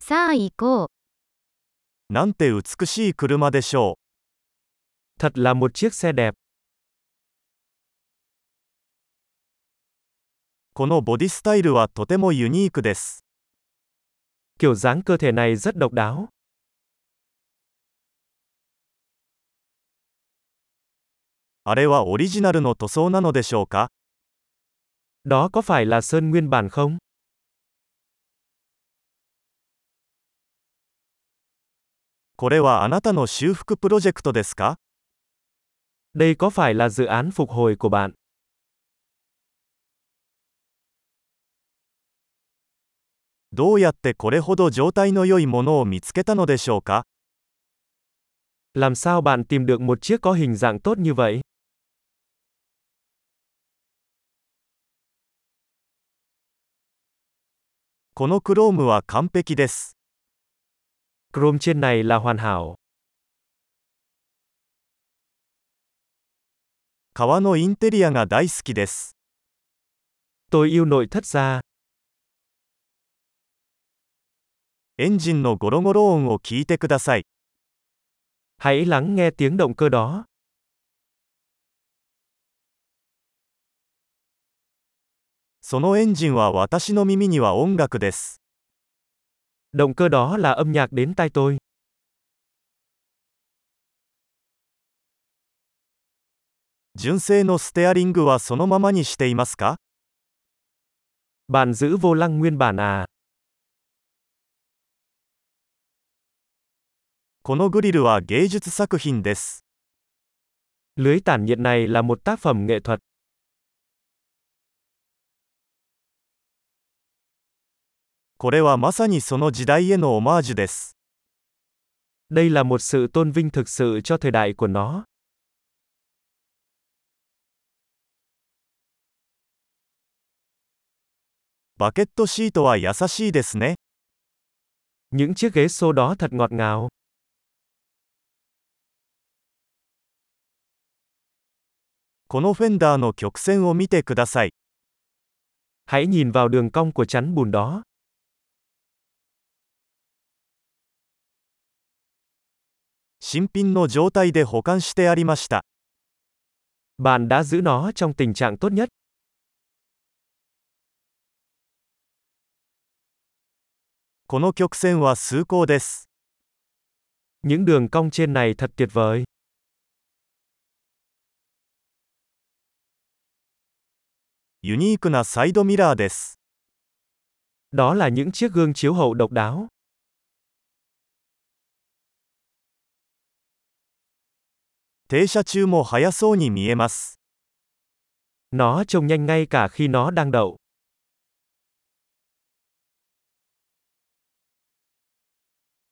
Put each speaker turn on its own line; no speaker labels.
さあ行こう。
なんて美しい車でしょう。
Thật là một chiếc xe đẹp.
このボディスタイルはとてもユニークです。
Kiểu dáng cơ thể này rất độc đáo.
あれはオリジナルの塗装なのでしょうか
Đó có phải là sơn nguyên bản không?
これはあなたの修復プロジェクトですか
Đây có phải là dự án phục hồi của bạn?
どうやってこれほど状態の良いものを見つけたのでしょうか
Làm sao bạn tìm được một chiếc có hình dạng tốt như vậy?
このクロームは完璧です。
Chrome trên này là hoàn hảo.
革のインテリアが大好きです。
Tôi yêu nội thất da.
エンジンのゴロゴロ音を聞いてください。
Hãy lắng nghe tiếng động cơ đó.
そのエンジンは私の耳には音楽です。
Động cơ đó là âm nhạc đến tai tôi.
純正のステアリングはそのままにしていますか
Bạn giữ vô lăng nguyên bản à?
このグリルは芸術作品です。
Lưới tản nhiệt này là một tác phẩm nghệ thuật.
これはまさにその時代へのオマージュです。
Đây là một sự tôn vinh thực sự cho thời đại của nó.
バケットシートは優しいですね。
Những chiếc ghế xô đó thật ngọt ngào.
このフェンダーの曲線を見てください。
Hãy nhìn vào đường cong của chắn bùn đó.
新品の状態で保管してありました。
Bạn đã giữ nó trong tình trạng tốt nhất.
この曲線は崇高です。
Những đường cong trên này thật tuyệt vời.
ユニークなサイドミラーです。
Đó là những chiếc gương chiếu hậu độc đáo.
停車中も速そうに見えます。
Nó trông nhanh ngay cả khi nó đang đậu.